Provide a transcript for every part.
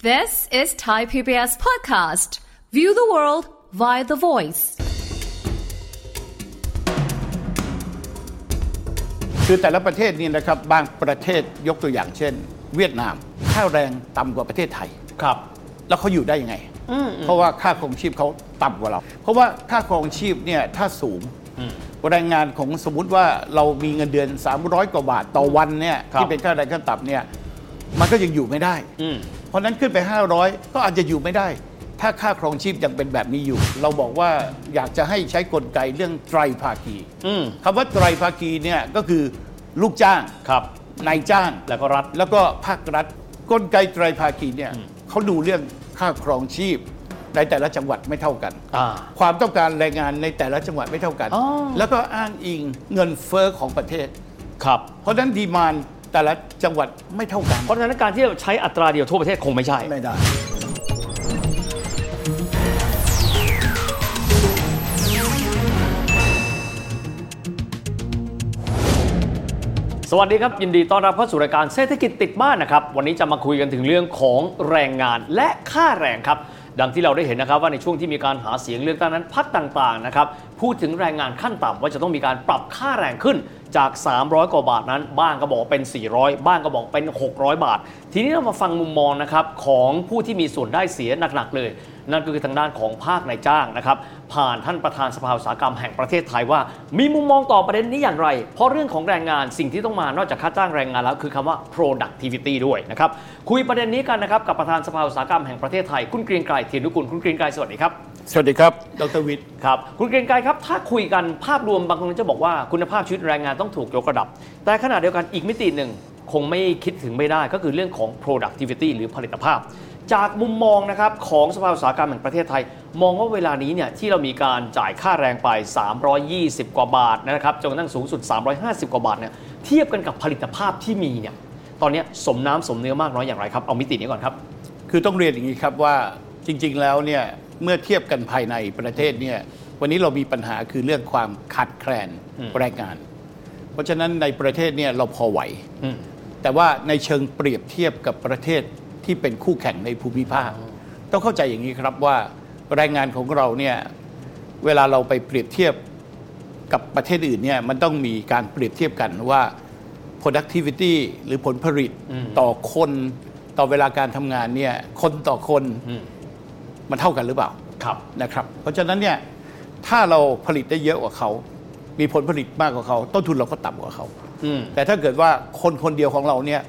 This is Thai PBS podcast. View the world via the voice. คือแต่ละประเทศนี่นะครับบางประเทศยกตัวอย่างเช่น เวียดนามค่าแรงต่ำกว่าประเทศไทย ครับ แล้วเขาอยู่ได้ยังไง เพราะว่าค่าครองชีพเขาต่ำกว่าเรา เพราะว่าค่าครองชีพเนี่ยถ้าสูงแรงงานของสมมติว่าเรามีเงินเดือน 300 กว่าบาทต่อวันเนี่ย ครับ ที่เป็นค่าแรงขั้นต่ำเนี่ยมันก็ยังอยู่ไม่ได้ อืม เพราะฉะนั้นขึ้นไป 500 ก็อาจจะอยู่ไม่ได้ ถ้าค่าครองชีพยังเป็นแบบนี้อยู่ เราบอกว่าอยากจะให้ใช้กลไกเรื่องไตรภาคี อืม คำว่าไตรภาคีเนี่ยก็คือลูกจ้าง ครับ นายจ้าง แล้วก็รัฐ แล้วก็ภาครัฐ กลไกไตรภาคีเนี่ยเขาดูเรื่องค่าครองชีพ ในแต่ละจังหวัดไม่เท่ากัน อ่า ความต้องการแรงงานในแต่ละจังหวัดไม่เท่ากัน อ๋อ แล้วก็อ้างอิงเงินเฟอ้อของประเทศ ครับ เพราะฉะนั้นดีมานแต่ละจังหวัดไม่เท่ากัน เพราะฉะนั้นการที่จะใช้อัตราเดียวทั่วประเทศคงไม่ใช่ ไม่ได้ สวัสดีครับ ยินดีต้อนรับเข้าสู่รายการเศรษฐกิจติดบ้านนะครับ วันนี้จะมาคุยกันถึงเรื่องของแรงงานและค่าแรงครับ ดังที่เราได้เห็นนะครับว่าในช่วงที่มีการหาเสียงเลือกตั้งนั้นพักต่างๆนะครับพูดถึงแรงงานขั้นต่ำว่าจะต้องมีการปรับค่าแรงขึ้นจาก 300 กว่าบาทนั้น บ้างก็บอกเป็น 400 บ้างก็บอกเป็น 600 บาท ทีนี้เรามาฟังมุมมองนะครับของผู้ที่มีส่วนได้เสียหนักๆเลย นั่นก็คือทางด้านของภาคในายจ้างนะครับ ผ่านท่านประธานสภาอุตสาหกรรมแห่งประเทศไทยว่า มีมุมมองต่อประเด็นนี้อย่างไร เพราะเรื่องของแรงงานสิ่งที่ต้องมานอกจากค่าจ้างแรงงานแล้วคือคำว่า productivity ด้วยนะครับ คุยประเด็นนี้กันนะครับ กับประธานสภาอุตสาหกรรมแห่งประเทศไทย คุณเกรียงไกรเทียนนุกุลคุณเกรียงไกรสวัสดีครับ สวัสดีครับ ดรวิทย์ ครับคุณเกรียงไกรครับ ถ้าคุยกันภาพรวมบางคนจะบอกว่าคุณภาพชีวิตแรงงานต้องถูกยกระดับ แต่ขณะเดียวกันอีกมิติหนึ่ง คงไม่คิดถึงไม่ได้ก็คือเรื่องของ productivity หรือผลิตภาพ จากมุมมองนะครับของสภาอุตสาหกรรมแห่งประเทศไทย มองว่าเวลานี้เนี่ยที่เรามีการจ่ายค่าแรงไป 320 กว่าบาทนะครับจนกระทั่งสูงสุด 350 กว่าบาทเนี่ยเทียบกันกับผลิตภาพที่มีเนี่ยตอนเนี้ยสมน้ำสมเนื้อมากน้อยอย่างไรครับเอามิตินี้ก่อนครับ คือต้องเรียนอย่างนี้ครับว่าจริง ๆ แล้วเนี่ยเมื่อเทียบกันภายในประเทศเนี่ยวันนี้เรามีปัญหาคือเรื่องความขาดแคลน อืม แรงงาน เพราะฉะนั้นในประเทศเนี่ยเราพอไหว อืม แต่ว่าในเชิงเปรียบเทียบกับประเทศที่เป็นคู่แข่งในภูมิภาค ต้องเข้าใจอย่างนี้ครับว่าแรงงานของเราเนี่ยเวลาเราไปเปรียบเทียบกับประเทศอื่นเนี่ยมันต้องมีการเปรียบเทียบกันว่า productivity หรือผลผลิต อืม ต่อคนต่อเวลาการทำงานเนี่ยคนต่อคน อืม มันเท่ากันหรือเปล่า ครับ นะครับเพราะฉะนั้นเนี่ยถ้าเราผลิตได้เยอะกว่าเขา มีผลผลิตมากกว่าเขา ต้นทุนเราก็ต่ำกว่าเขา อืม แต่ถ้าเกิดว่าคนคนเดียวของเราเนี่ย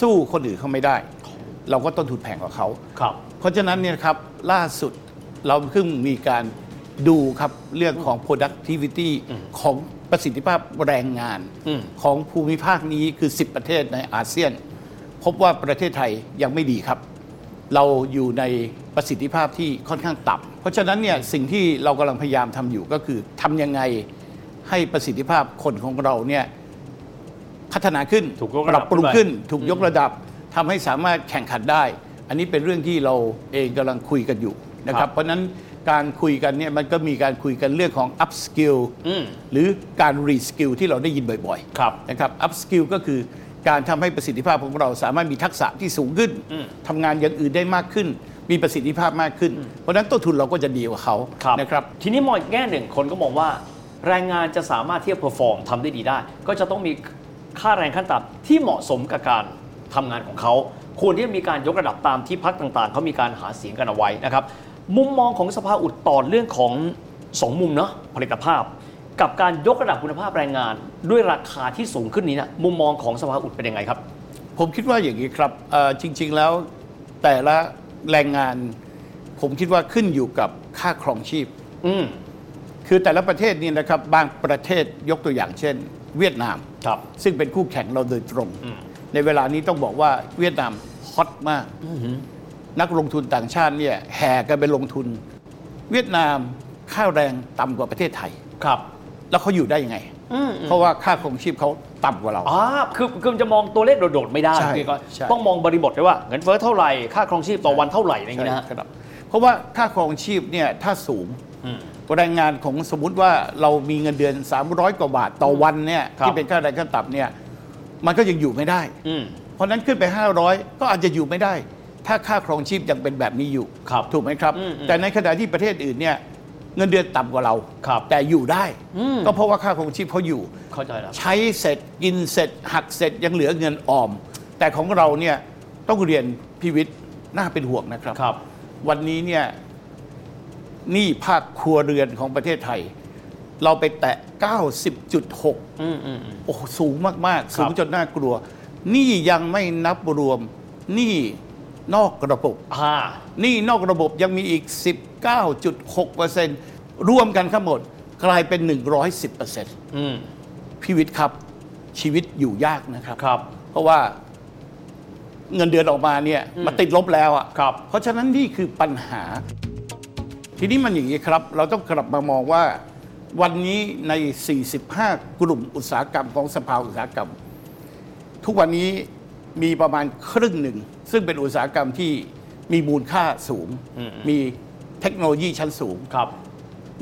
สู้คนอื่นเขาไม่ได้ เราก็ต้นทุนแพงกว่าเขา ครับ เพราะฉะนั้นเนี่ยครับล่าสุดเราเพิ่งมีการดูครับเรื่องของ productivity ของประสิทธิภาพแรงงาน อืม ของภูมิภาคนี้คือ 10 ประเทศในอาเซียน พบว่าประเทศไทยยังไม่ดีครับ เราอยู่ในประสิทธิภาพที่ค่อนข้างต่ำเพราะฉะนั้นเนี่ยสิ่งที่เรากำลังพยายามทำอยู่ก็คือทำยังไงให้ประสิทธิภาพคนของเราเนี่ยพัฒนาขึ้น ถูกยกระ ป ดับ รับปรุง ขึ้นไป ขึ้น ถูกยกระดับทำให้สามารถแข่งขันได้ อันนี้เป็นเรื่องที่เราเองกำลังคุยกันอยู่นะค ครั รับ บ เพราะฉะนั้นการคุยกันเนี่ยมันก็มีการคุยกันเรื่องของ up skill อืม หรือการ re skill ที่เราได้ยินบ่อยๆ ครับ นะครับ up skill ก็คือการทำให้ประสิทธิภาพของเราสามารถมีทักษะที่สูงขึ้น อืม ทำงานอย่างอื่นได้มากขึ้น มีประสิทธิภาพมากขึ้น เพราะฉะนั้นต้นทุนเราก็จะดีกว่าเขา ครับ นะครับ ทีนี้มองอีกแง่หนึ่งคนก็มองว่า แรงงานจะสามารถที่จะเพอร์ฟอร์มทำได้ดีได้ ก็จะต้องมีค่าแรงขั้นต่ำที่เหมาะสมกับการทำงานของเขา ควรที่จะมีการยกระดับตามที่พักต่างๆเขามีการหาเสียงกันเอาไว้นะครับ มุมมองของสภาอุดตอนเรื่องของสองมุมเนาะผลิตภาพ กับการยกระดับคุณภาพแรงงาน ด้วยราคาที่สูงขึ้นนี้นะมุมมองของสภาอุดเป็นยังไงครับ ผมคิดว่าอย่างนี้ครับเอ่อจริง ๆแล้วแต่ละแรงงาน ผมคิดว่าขึ้นอยู่กับค่าครองชีพ อืม คือแต่ละประเทศนี่นะครับบางประเทศยกตัวอย่างเช่น เวียดนาม ครับ ซึ่งเป็นคู่แข่งเราโดยตรง อืม ในเวลานี้ต้องบอกว่าเวียดนามฮอตมาก นักลงทุนต่างชาติเนี่ยแห่กันไปลงทุน เวียดนามค่าแรงต่ำกว่าประเทศไทย ครับ แล้วเขาอยู่ได้ยังไง อืม เพราะว่าค่าครองชีพเขาต่ำกว่าเรา อ่าคือคือจะมองตัวเลขโดดๆไม่ได้ ใช่ คือก็ ใช่ ต้องมองบริบทด้วยว่าเงินเฟ้อเท่าไหร่ ค่าครองชีพต่อวันเท่าไหร่อะไรอย่างเงี้ยนะฮะ ใช่ครับเพราะว่าค่าครองชีพเนี่ยถ้าสูง อืม แรงงานของสมมติว่าเรามีเงินเดือน 300 กว่าบาทต่อวันเนี่ย ครับ ที่เป็นค่าแรงขั้นต่ำเนี่ยมันก็ยังอยู่ไม่ได้ อืม เพราะฉะนั้นขึ้นไป 500 ก็อาจจะอยู่ไม่ได้ ถ้าค่าครองชีพยังเป็นแบบนี้อยู่ ครับ ถูกไหมครับ อืมอืม แต่ในขณะที่ประเทศอื่นเนี่ยเงินเดือนต่ำกว่าเรา ครับ แต่อยู่ได้ อืม ก็เพราะว่าค่าครองชีพเขาอยู่ เข้าใจแล้ว ใช้เสร็จกินเสร็จ หักเสร็จยังเหลือเงินออม แต่ของเราเนี่ยต้องเรียนพิวิทย์น่าเป็นห่วงนะครับ ครับ วันนี้เนี่ยหนี้ภาคครัวเรือนของประเทศไทย เราไปแตะ 90.6 อืมอืมอืม โอ้โหสูงมาก ค ๆ รั สู บ งจนน่ากลัวหนี่ยังไม่นับรวมหนี่นอกระบบ อ่า หนี่นอกระบบยังมีอีก 19.6%รวมกันทั้งหมดกลายเป็น 110% อืม พี่วิทย์ครับ ชีวิตอยู่ยากนะครับ ครับ เพราะว่าเงินเดือนออกมาเนี่ยมันติดลบแล้วอะ ครับ เพราะฉะนั้นนี่คือปัญหา ทีนี้มันอย่างนี้ครับ เราต้องกลับมามองว่าวันนี้ใน 45 กลุ่มอุตสาหกรรมของสภาอุตสาหกรรม ทุกวันนี้มีประมาณครึ่งหนึ่ง ซึ่งเป็นอุตสาหกรรมที่มีมูลค่าสูง มีเทคโนโลยีชั้นสูง ครับ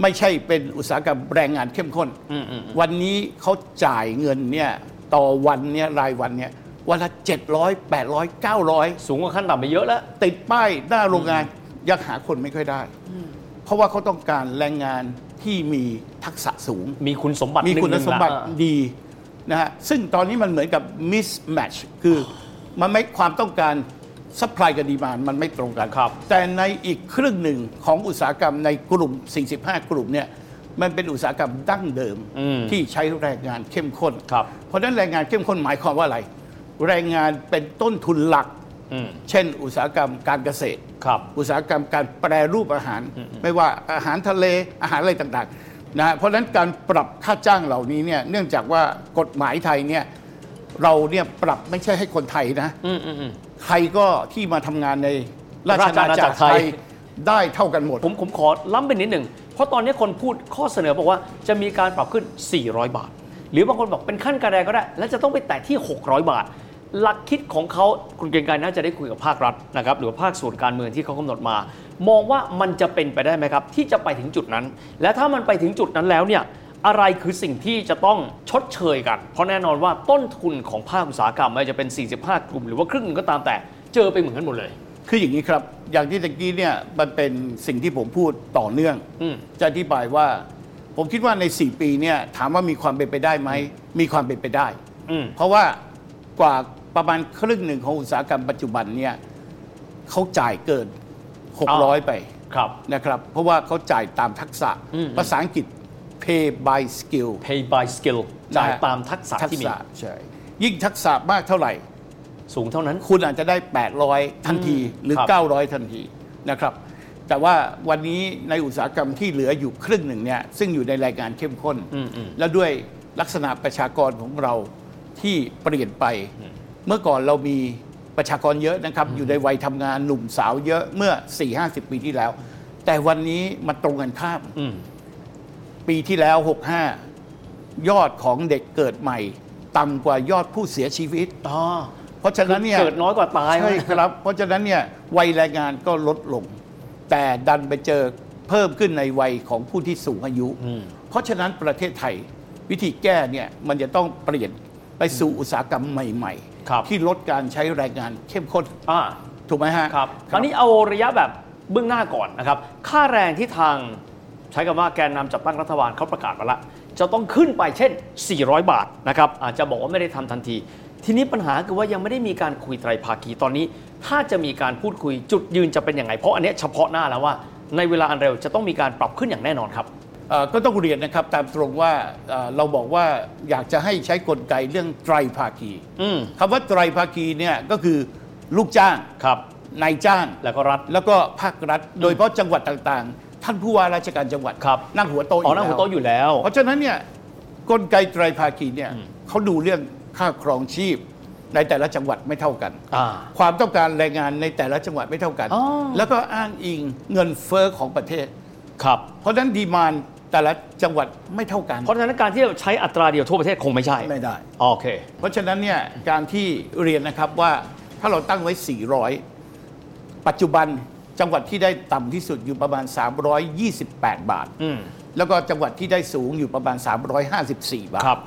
ไม่ใช่เป็นอุตสาหกรรมแรงงานเข้มข้น อืมอืมอืม วันนี้เขาจ่ายเงินเนี่ยต่อวันเนี่ยรายวันเนี่ยวันละ 700 800 สูงกว่าขั้นต่ำไปเยอะแล้ว 900 ติดป้ายหน้าโรงงานยังหาคนไม่ค่อยได้ เพราะว่าเขาต้องการแรงงานที่มีทักษะสูง มีคุณสมบัติ มีคุณ หนึ่ง สมบัติ ละอ่า ดีนะฮะซึ่งตอนนี้มันเหมือนกับ mismatch คือมันไม่ความต้องการซัพพลายกับดีมานมันไม่ตรงกัน ครับ แต่ในอีกครึ่งหนึ่งของอุตสาหกรรมในกลุ่ม 45 กลุ่มเนี่ยมันเป็นอุตสาหกรรมดั้งเดิม ที่ใช้แรงงานเข้มข้น ครับ เพราะฉะนั้นแรงงานเข้มข้นหมายความว่าอะไร แรงงานเป็นต้นทุนหลัก อืม เช่น อุตสาหกรรมการเกษตร ครับ อุตสาหกรรมการแปรรูปอาหาร ไม่ว่าอาหารทะเลอาหารอะไรต่างๆนะฮะเพราะฉะนั้นการปรับค่าจ้างเหล่านี้เนี่ยเนื่องจากว่ากฎหมายไทยเนี่ยเราเนี่ยปรับไม่ใช่ให้คนไทยนะ อืมอืมอืม ใครก็ที่มาทำงานในราช ราชอา อา ณา ณา จั จั ก ก ร ร ไท ไท ย ยได้เท่ากันหมด ผมผมขอล้ำไปนิดหนึ่ง เพราะตอนนี้คนพูดข้อเสนอบอกว่าจะมีการปรับขึ้น 400 บาท หรือบางคนบอกเป็นขั้นกระแดก็ได้ และจะต้องไปแตะที่ 600 บาท หลักคิดของเขาคุณเกรียงไกรน่าจะได้คุยกับภาครัฐนะครับหรือว่าภาคส่วนการเมืองที่เขากำหนดมา มองว่ามันจะเป็นไปได้ไหมครับ ที่จะไปถึงจุดนั้น และถ้ามันไปถึงจุดนั้นแล้วเนี่ยอะไรคือสิ่งที่จะต้องชดเชยกัน เพราะแน่นอนว่าต้นทุนของภาคอุตสาหกรรมไม่ว่าจะเป็น 45 กลุ่มหรือว่าครึ่งหนึงก็ตามแต่เจอไปเหมือนกันหมดเลย คืออย่างนี้ครับ อย่างที่ตะกี้เนี่ยมันเป็นสิ่งที่ผมพูดต่อเนื่อง อืม จะอธิบายว่า ผมคิดว่าใน 4 ปีเนี่ยถามว่ามีความเป็นไปได้ไหม มีความเป็นไปได้ อืม เพราะว่ากว่าประมาณครึ่งหนึ่งของอุตสาหกรรมปัจจุบันเนี่ยเขาจ่ายเกิน 600 ไป ครับ นะครับ เพราะว่าเขาจ่ายตามทักษะ อืม ภาษาอังกฤษ pay by skill pay by skill จ่ายตามทักษะที่มี ทัใช่ยิ่งทักษะมากเท่าไหร่ สูงเท่านั้น คุณอาจจะได้ 800 ทันทีหรือ ครับ 900 ทันทีนะครับ แต่ว่าวันนี้ในอุตสาหกรรมที่เหลืออยู่ครึ่งหนึ่งเนี่ยซึ่งอยู่ในรายงานเข้มข้น อืมอืม และด้วยลักษณะประชากรของเราที่เปลี่ยนไป เมื่อก่อนเรามีประชากรเยอะนะครับ อยู่ในวัยทำงานหนุ่มสาวเยอะเมื่อ 4 50 ปีที่แล้ว แต่วันนี้มันตรงกันข้าม อืม ปีที่แล้ว 65 ยอดของเด็กเกิดใหม่ต่ำกว่ายอดผู้เสียชีวิต อ๋อ เพราะฉะนั้นเนี่ย เกิดน้อยกว่าตาย ใช่ครับ เพราะฉะนั้นเนี่ยวัยแรงงานก็ลดลง แต่ดันไปเจอเพิ่มขึ้นในวัยของผู้ที่สูงอายุ อืม เพราะฉะนั้นประเทศไทยวิธีแก้เนี่ยมันจะต้องเปลี่ยนไปสู่อุตสาหกรรมใหม่ ครับ ที่ลดการใช้แรงงานเข้มข้น อ่า ถูกไหมฮะ ครับคราวนี้เอาระยะแบบเบื้องหน้าก่อนนะครับ ค่าแรงที่ทางใช้คำว่าแกนนำจัดตั้งรัฐบาลเขาประกาศมาละ จะต้องขึ้นไปเช่น 400 บาทนะครับ อาจจะบอกว่าไม่ได้ทำทันที ทีนี้ปัญหาคือว่ายังไม่ได้มีการคุยไตรภาคีตอนนี้ ถ้าจะมีการพูดคุยจุดยืนจะเป็นยังไง เพราะอันเนี้ยเฉพาะหน้าแล้วว่า ในเวลาอันเร็วจะต้องมีการปรับขึ้นอย่างแน่นอนครับ เอ่อก็ต้องเรียนนะครับตามตรงว่าเอ่อเราบอกว่าอยากจะให้ใช้กลไกเรื่องไตรภาคี อืม คำว่าไตรภาคีเนี่ยก็คือลูกจ้าง ครับ นายจ้าง แล้วก็รัฐ แล้วก็ภาครัฐโดยเฉพาะจังหวัดต่างๆ ท่านผู้ว่าราชการจังหวัด ครับ นั่งหัวโตะ อ๋ออยู่ นั่งหัวโต๊ะอยู่แล้ว เพราะฉะนั้นเนี่ยกลไกไตรภาคีเนี่ยเขาดูเรื่องค่าครองชีพในแต่ละจังหวัดไม่เท่ากัน อ่า ความต้องการแรงงานในแต่ละจังหวัดไม่เท่ากัน อ๋อ แล้วก็อ้างอิงเงินเฟ้อของประเทศ ครับ เพราะฉะนั้นดีมานแต่ละจังหวัดไม่เท่ากัน เพราะฉะนั้นการที่เราใช้อัตราเดียวทั่วประเทศคงไม่ใช่ ไม่ได้ โอเค เพราะฉะนั้นเนี่ยการที่เรียนนะครับว่าถ้าเราตั้งไว้ 400 ปัจจุบันจังหวัดที่ได้ต่ำที่สุดอยู่ประมาณ 328 บาท อืม แล้วก็จังหวัดที่ได้สูงอยู่ประมาณ 354 บาท ครับ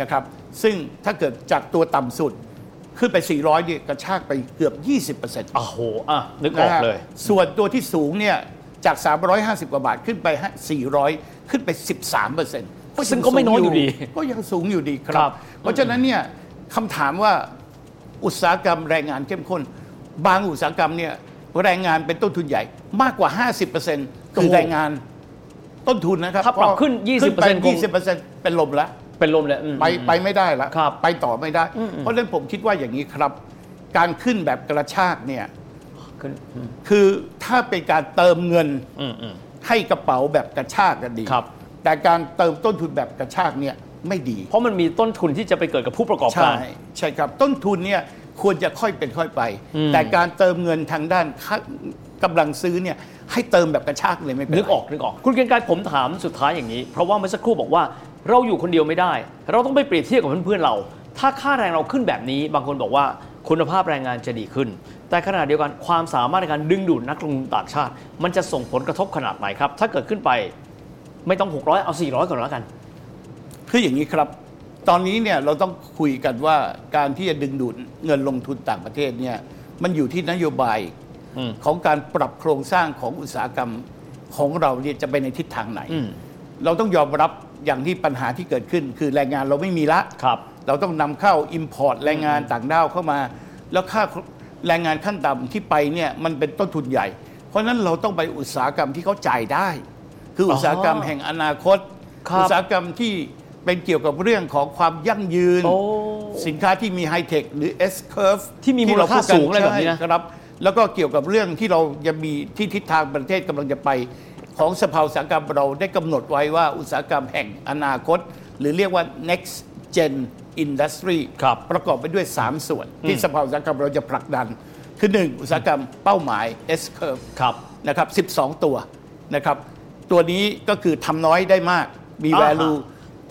นะครับ ซึ่งถ้าเกิดจากตัวต่ำสุด ขึ้นไป 400เนี่ยกระชากไปเกือบ 20% โอ้โหอ่ะนึกออกเลย นะฮะส่วนตัวที่สูงเนี่ยจาก 350 กว่าบาทขึ้นไป 400 ขึ้นไป 13เปอร์เซ็นต์ ซึ่งก็ไม่น้อยอยู่ดี ก็ยังสูงอยู่ดีค ครั รับ บ เพราะฉะนั้นเนี่ยคำถามว่าอุตสาหกรรมแรงงานเข้มข้น บางอุตสาหกรรมเนี่ยแรงงานเป็นต้นทุนใหญ่มากกว่า 50%คือแรงงานต้นทุนนะครับ ถ้าปรับขึ้น ก็ 20% ขึ้นไป คง 20%เป็นลมแล้ว เป็นลมเลยอืม ไปไปไม่ได้ละ ครับ ไปต่อไม่ได้ เพราะฉะนั้นผมคิดว่าอย่างนี้ครับ การขึ้นแบบกระชากเนี่ย ขึ้น คือถ้าเป็นการเติมเงิน อืมอืม ให้กระเป๋าแบบกระชากก็ดี ครับ แต่การเติมต้นทุนแบบกระชากเนี่ยไม่ดี เพราะมันมีต้นทุนที่จะไปเกิดกับผู้ประกอบกา ใช่ ร ใช่ครับ ต้นทุนเนี่ยควรจะค่อยเป็นค่อยไป อืม แต่การเติมเงินทางด้านค่ากำลังซื้อเนี่ยให้เติมแบบกระชากเลยไม่เป็นไร นึกออกนึกออก คุณเกรียงไกรผมถามสุดท้ายอย่างนี้ เพราะว่าเมื่อสักครู่บอกว่าเราอยู่คนเดียวไม่ได้ เราต้องไปเปรียบเทียบกับเพื่อนๆเรา ถ้าค่าแรงเราขึ้นแบบนี้ บางคนบอกว่าคุณภาพแรงงานจะดีขึ้น แต่ขณะเดียวกันความสามารถในการดึงดูดนักลงทุนต่างชาติ มันจะส่งผลกระทบขนาดไหนครับ ถ้าเกิดขึ้นไปไม่ต้อง 600 เอา 400 ก่อนแล้วกัน คืออย่างนี้ครับ ตอนนี้เนี่ยเราต้องคุยกันว่าการที่จะดึงดูดเงินลงทุนต่างประเทศเนี่ยมันอยู่ที่นโยบาย อืม ของการปรับโครงสร้างของอุตสาหกรรมของเราเนี่ยจะไปในทิศทางไหน อืม เราต้องยอมรับอย่างที่ปัญหาที่เกิดขึ้น คือแรงงานเราไม่มีละ ครับ เราต้องนำเข้า Import แรงงานต่างด้าวเข้ามา แล้วค่าแรงงานขั้นต่ำที่ไปเนี่ยมันเป็นต้นทุนใหญ่ เพราะฉะนั้นเราต้องไปอุตสาหกรรมที่เขาจ่ายได้ คืออุตสาหกรรม อ๋อ แห่งอนาคต ครับ อุตสาหกรรมที่เป็นเกี่ยวกับเรื่องของความยั่งยืน โอ้ สินค้าที่มีไฮเทคหรือ S curve ที่มีมูลค่าสูงอะไรแบบนี้นะ ใช่ครับ แล้วก็เกี่ยวกับเรื่องที่เราจะมีที่ทิศทางประเทศกำลังจะไป ของสภาอุตสาหกรรมเราได้กำหนดไว้ว่าอุตสาหกรรมแห่งอนาคต หรือเรียกว่า next gen industry ครับ ประกอบไปด้วย 3 ส่วน ที่สภาอุตสาหกรรมเราจะผลักดัน คือ 1 อุตสาหกรรมเป้าหมาย S curve ครับ นะครับ 12 ตัวนะครับ ตัวนี้ก็คือทำน้อยได้มาก มี อ่าฮะ value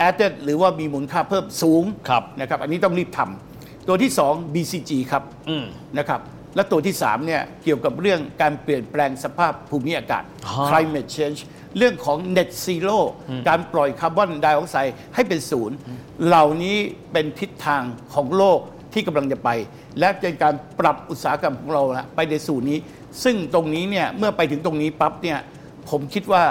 added หรือว่ามีมูลค่าเพิ่มสูง ครับ นะครับ อันนี้ต้องรีบทำตัวที่ 2 BCG ครับ อืม นะครับและตัวที่3เนี่ยเกี่ยวกับเรื่องการเปลี่ยนแปลงสภาพภูมิอากาศ ฮะ climate change เรื่องของ net zero การปล่อยคาร์บอนไดออกไซด์ให้เป็นศูนย์ เหล่านี้เป็นทิศทางของโลกที่กำลังจะไป และเป็นการปรับอุตสาหกรรมของเรานะไปในสู่นี้ ซึ่งตรงนี้เนี่ยเมื่อไปถึงตรงนี้ปั๊บเนี่ยผมคิดว่า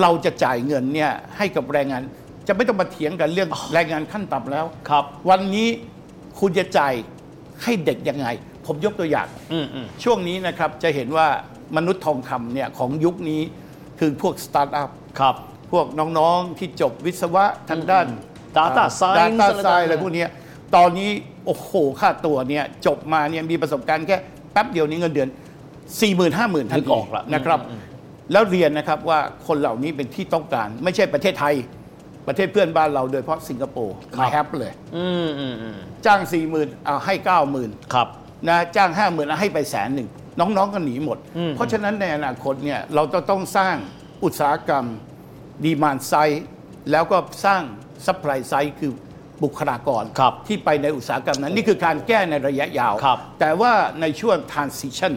เราจะจ่ายเงินเนี่ยให้กับแรงงาน จะไม่ต้องมาเถียงกันเรื่องแรงงานขั้นต่ำแล้ว ครับ วันนี้คุณจะจ่ายให้เด็กยังไง ผมยกตัวอย่าง อืมอืม ช่วงนี้นะครับจะเห็นว่ามนุษย์ทองคำเนี่ยของยุคนี้คือพวกสตาร์ทอัพ ครับ พวกน้องๆที่จบวิศวะทางด้าน Data Science ดาต้าไซ อะไรต่าอะงๆไรพวกเนี้ยตอนนี้ โอ้โห ค่าตัวเนี่ยจบมาเนี่ยมีประสบการณ์แค่แป๊บเดียวนี้เงินเดือน 4 0 0 0 0 5 0,000ทัน นึ ที กออกละ นะครับ แล้วเรียนนะครับว่าคนเหล่านี้เป็นที่ต้องการ ไม่ใช่ประเทศไทยประเทศเพื่อนบ้านเราโดยเฉพาะสิงคโปร์ ครับ มาแฮปเลย อืมอืมอืม จ้างสี่หมื่นเอาให้เก้าหมื่น ครับ นะจ้างห้าหมื่นเอาให้ไปแสนหนึ่งน้องๆก็หนีหมด อืม เพราะฉะนั้นในอนาคตเนี่ยเราจะต้องสร้างอุตสาหกรรมดีมานไซแล้วก็สร้างซัพพลายไซคือบุคลากร ครับ ที่ไปในอุตสาหกรรมนั้น นี่คือการแก้ในระยะยาว ครับ แต่ว่าในช่วง transition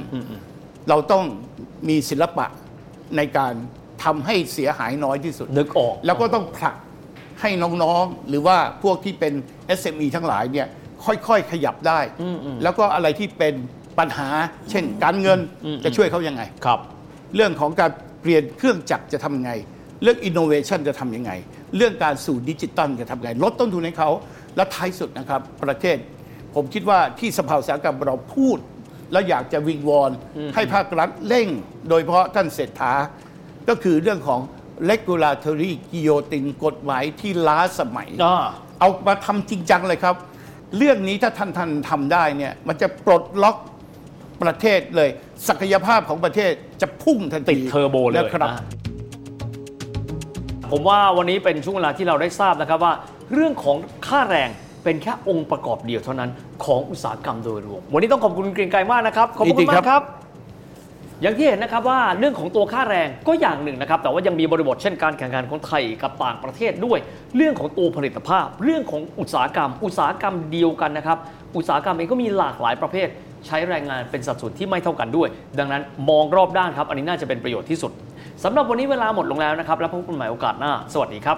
เราต้องมีศิลปะในการทำให้เสียหายน้อยที่สุด นึกออก แล้วก็ต้องผลักให้น้องๆ หรือว่าพวกที่เป็น SME ทั้งหลายเนี่ยค่อยๆ ขยับได้ แล้วก็อะไรที่เป็นปัญหา เช่นการเงินจะช่วยเขายังไง ครับ เรื่องของการเปลี่ยนเครื่องจักรจะทำยังไง เรื่องอินโนเวชันจะทำยังไง เรื่องการสู่ดิจิตอลจะทำยังไง ลดต้นทุนให้เขา และท้ายสุดนะครับ ประเทศ ผมคิดว่าที่สภาอุตสาหกรรมเราพูด แล้วอยากจะวิงวอนให้ภาครัฐเร่ง โดยเฉพาะท่านเศรษฐา ก็คือเรื่องของ regulatory guillotine กฎหมายที่ล้าสมัย อ่า เอามาทำจริงจังเลยครับ เรื่องนี้ถ้าท่านท่านทำได้เนี่ยมันจะปลดล็อกประเทศเลย ศักยภาพของประเทศจะพุ่งทันที ติดเทอร์โบเลย นะครับ นะผมว่าวันนี้เป็นช่วงเวลาที่เราได้ทราบนะครับว่า เรื่องของค่าแรงเป็นแค่องค์ประกอบเดียวเท่านั้นของอุตสาหกรรมโดยรวม วันนี้ต้องขอบคุณคุณเกรียงไกรมากนะครับ ขอบ ยิ คุ นดี ณมา ครั ก บ ครับ อย่างที่เห็นนะครับว่าเรื่องของตัวค่าแรงก็อย่างหนึ่งนะครับ แต่ว่ายังมีบริบทเช่นการแข่งขันของไทยกับต่างประเทศด้วย เรื่องของตัวผลิตภาพ เรื่องของอุตสาหกรรม อุตสาหกรรมเดียวกันนะครับ อุตสาหกรรมเองก็มีหลากหลายประเภท ใช้แรงงานเป็นสัดส่วนที่ไม่เท่ากันด้วย ดังนั้นมองรอบด้านครับ อันนี้น่าจะเป็นประโยชน์ที่สุดสำหรับวันนี้เวลาหมดลงแล้วนะครับ แล้วพบกันใหม่โอกาสหน้า สวัสดีครับ